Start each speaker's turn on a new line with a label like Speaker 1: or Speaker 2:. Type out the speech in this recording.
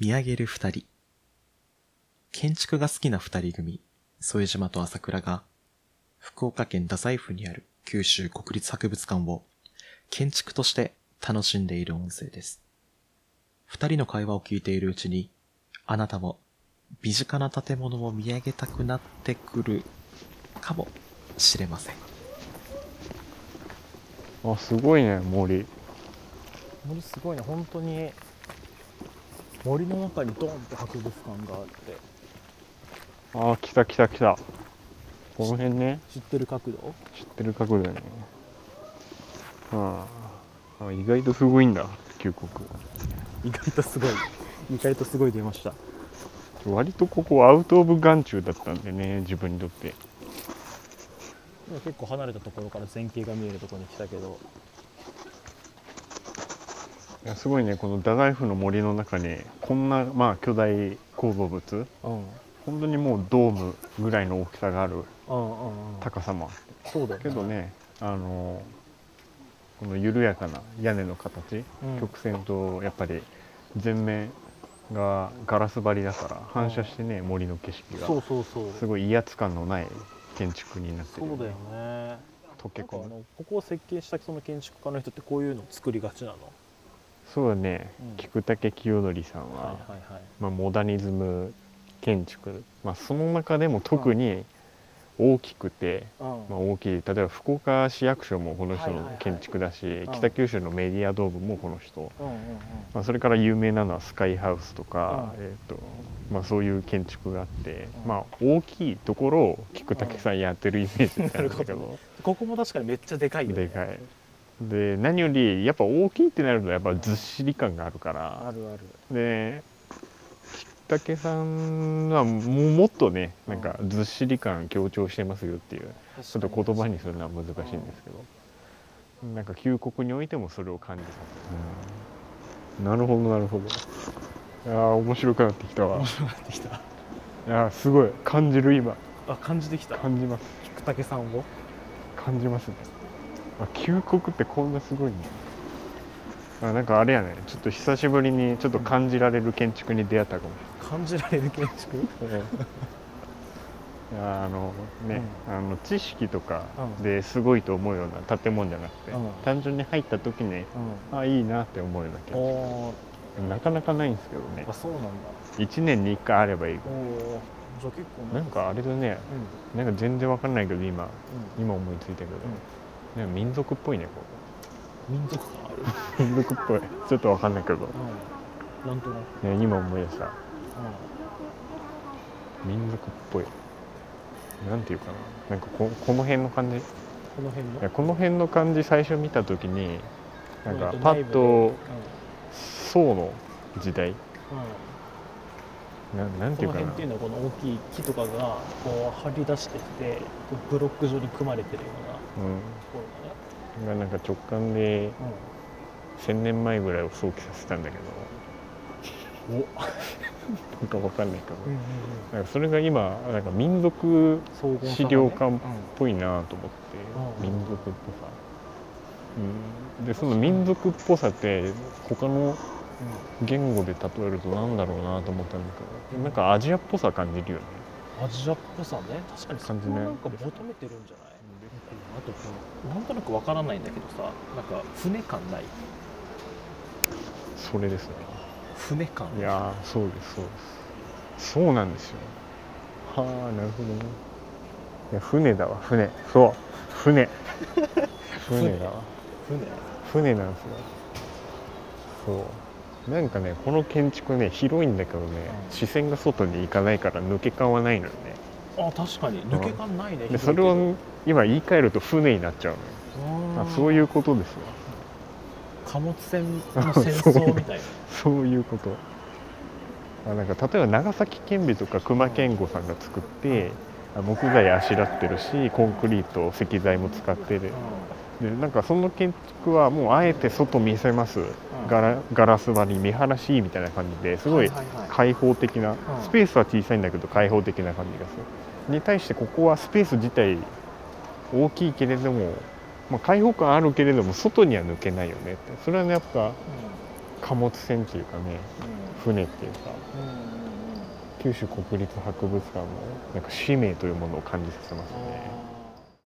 Speaker 1: 見上げる二人。建築が好きな二人組、添島と朝倉が、福岡県太宰府にある九州国立博物館を建築として楽しんでいる音声です。二人の会話を聞いているうちに、あなたも身近な建物を見上げたくなってくるかもしれません。
Speaker 2: あ、すごいね、森。
Speaker 3: 森すごいね本当に森の中にドンって博物館があって
Speaker 2: あ、来た来た来た。この辺ね、
Speaker 3: 知ってる角度
Speaker 2: 知ってる角度ね。ああ、あ意外とすごいんだ、旧国。
Speaker 3: 意外と すごい意外とすごい出ました
Speaker 2: 割とここアウト・オブ・眼中だったんでね、自分にとって。
Speaker 3: でも結構離れたところから全景が見えるところに来たけど
Speaker 2: いやすごいね、この太宰府の森の中に、こんな、まあ、巨大構造物、
Speaker 3: うん
Speaker 2: 本当にもうドームぐらいの大きさがある
Speaker 3: うんうんうん
Speaker 2: 高さもあっ
Speaker 3: そうだよ
Speaker 2: て。けどね、あの、この緩やかな屋根の形、
Speaker 3: うん
Speaker 2: 曲線とやっぱり全面がガラス張りだから反射してね森の景色
Speaker 3: そう
Speaker 2: が
Speaker 3: そうそう
Speaker 2: すごい威圧感のない建築になって
Speaker 3: そ
Speaker 2: る
Speaker 3: うだよ
Speaker 2: ね
Speaker 3: ね
Speaker 2: 溶け
Speaker 3: 結
Speaker 2: 込
Speaker 3: 構あ
Speaker 2: む
Speaker 3: のここを設計したその建築家の人ってこういうのを作りがちなの
Speaker 2: そうだね
Speaker 3: うん
Speaker 2: 菊竹清則さん
Speaker 3: は
Speaker 2: はい
Speaker 3: はいはい
Speaker 2: まあモダニズム建築まあその中でも特に大きくて
Speaker 3: うん
Speaker 2: まあ大きい例えば福岡市役所もこの人
Speaker 3: はいはいは
Speaker 2: の
Speaker 3: い
Speaker 2: 建築だし
Speaker 3: うん
Speaker 2: 北九州のメディアドームもこの人
Speaker 3: うんうんうん
Speaker 2: まあ、それから有名なのはスカイハウスとか、
Speaker 3: うん
Speaker 2: えーとまあ、そういう建築があって、
Speaker 3: うん
Speaker 2: まあ、大きいところを菊竹さんやってるイメージってあるんだけ
Speaker 3: うんな
Speaker 2: ど、
Speaker 3: ここも確かにめっちゃでかいよね
Speaker 2: でかい。で何よりやっぱ大きいってなるとやっぱずっしり感があるか
Speaker 3: あ
Speaker 2: ら、
Speaker 3: るある
Speaker 2: で菊竹さんはもうもっとねなんかずっしり感強調してますよっていうちょっと言 葉にするのは難しいんですけどなんか旧国においてもそれを感じさせる、なるほどなるほどいやー面白くなってきたわ
Speaker 3: 面白くなってきた
Speaker 2: いやーすごい感じる今
Speaker 3: あ感じてきた
Speaker 2: 感じます
Speaker 3: 菊竹さんを
Speaker 2: 感じますねあ旧国ってこんなすごいねあなんかあれやねちょっと久しぶりにちょっと感じられる建築に出会ったかも
Speaker 3: 感じられる建築
Speaker 2: しれないいやーあのね、あの知識とかですごいと思うような建物じゃなくて、
Speaker 3: うん
Speaker 2: 単純に入った時に
Speaker 3: う
Speaker 2: あいいなって思うような気
Speaker 3: ん
Speaker 2: が
Speaker 3: おー
Speaker 2: するなかなかないんですけどね
Speaker 3: あそうなんだ
Speaker 2: 1年に1回あればいい
Speaker 3: おおじゃあ結構
Speaker 2: なんかあれだね
Speaker 3: うんうん
Speaker 2: なんか全然わかんないけど今今思いついたけど、なんか民族っぽいねこ
Speaker 3: 民族感ある
Speaker 2: う民族っぽいちょっとわかんないけど、ね、
Speaker 3: うんなんとなく
Speaker 2: 今思い出した
Speaker 3: う
Speaker 2: 民族っぽいなんていうかななんかここの辺の感じい
Speaker 3: んこの辺の
Speaker 2: やこの辺の感じ最初見た時になんかパッ
Speaker 3: うん
Speaker 2: と宋の時代ななんて
Speaker 3: こ
Speaker 2: い
Speaker 3: の
Speaker 2: うか
Speaker 3: 辺
Speaker 2: な
Speaker 3: っていうのはこの大きい木とかがこう張り出してきてブロック状に組まれてるようなところだね
Speaker 2: うん、がなんか直感で1000年前ぐらいを想起させたんだけどおなんかわかんないけど、
Speaker 3: うん
Speaker 2: なんかそれが今なんか民族っ
Speaker 3: 総合
Speaker 2: 資料館ぽいなと思って、
Speaker 3: うん
Speaker 2: 民族っぽさ、うん、でその民族っぽさって他の言語で例えるとなんだろうなと思ったんだけどなんかアジアっぽさ感じるよね
Speaker 3: アジアっぽさね確かにそ
Speaker 2: 感じ
Speaker 3: こ
Speaker 2: ね
Speaker 3: をなんか求めてるんじゃない、あとこのなんとなくわからないんだけどさなんか船感ない
Speaker 2: それですね
Speaker 1: 船感
Speaker 2: いやーそうですそうですそうなんですよはあなるほどねいや船だわ船そう船船だわ
Speaker 3: 船
Speaker 2: 船なんですよそうなんかねこの建築ね広いんだけどね、
Speaker 3: うん
Speaker 2: 視線が外に行かないから抜け感はないのよね
Speaker 3: あ確かに抜け感ないね、
Speaker 2: でそれを今言い換えると船になっちゃうのよ、
Speaker 3: あ
Speaker 2: あそういうことですよ
Speaker 3: 貨物船の戦争み たいな
Speaker 2: そういうことあなんか例えば長崎県美とか熊健吾さんが作って、あ木材あしらってるしコンクリート石材も使ってるでなんかその建築はもうあえて外見せます、ガラガラス張り見晴らしいみたいな感じですごい
Speaker 3: はいはいはい
Speaker 2: 開放的な、
Speaker 3: ん
Speaker 2: スペースは小さいんだけど開放的な感じがするに対してここはスペース自体大きいけれども、まあ、開放感あるけれども外には抜けないよねってそれはねやっぱ貨物船っていうかね船っていうか
Speaker 3: うんうんうん
Speaker 2: 九州国立博物館のなんか使命というものを感じさせます
Speaker 3: あ
Speaker 2: ね。
Speaker 3: ー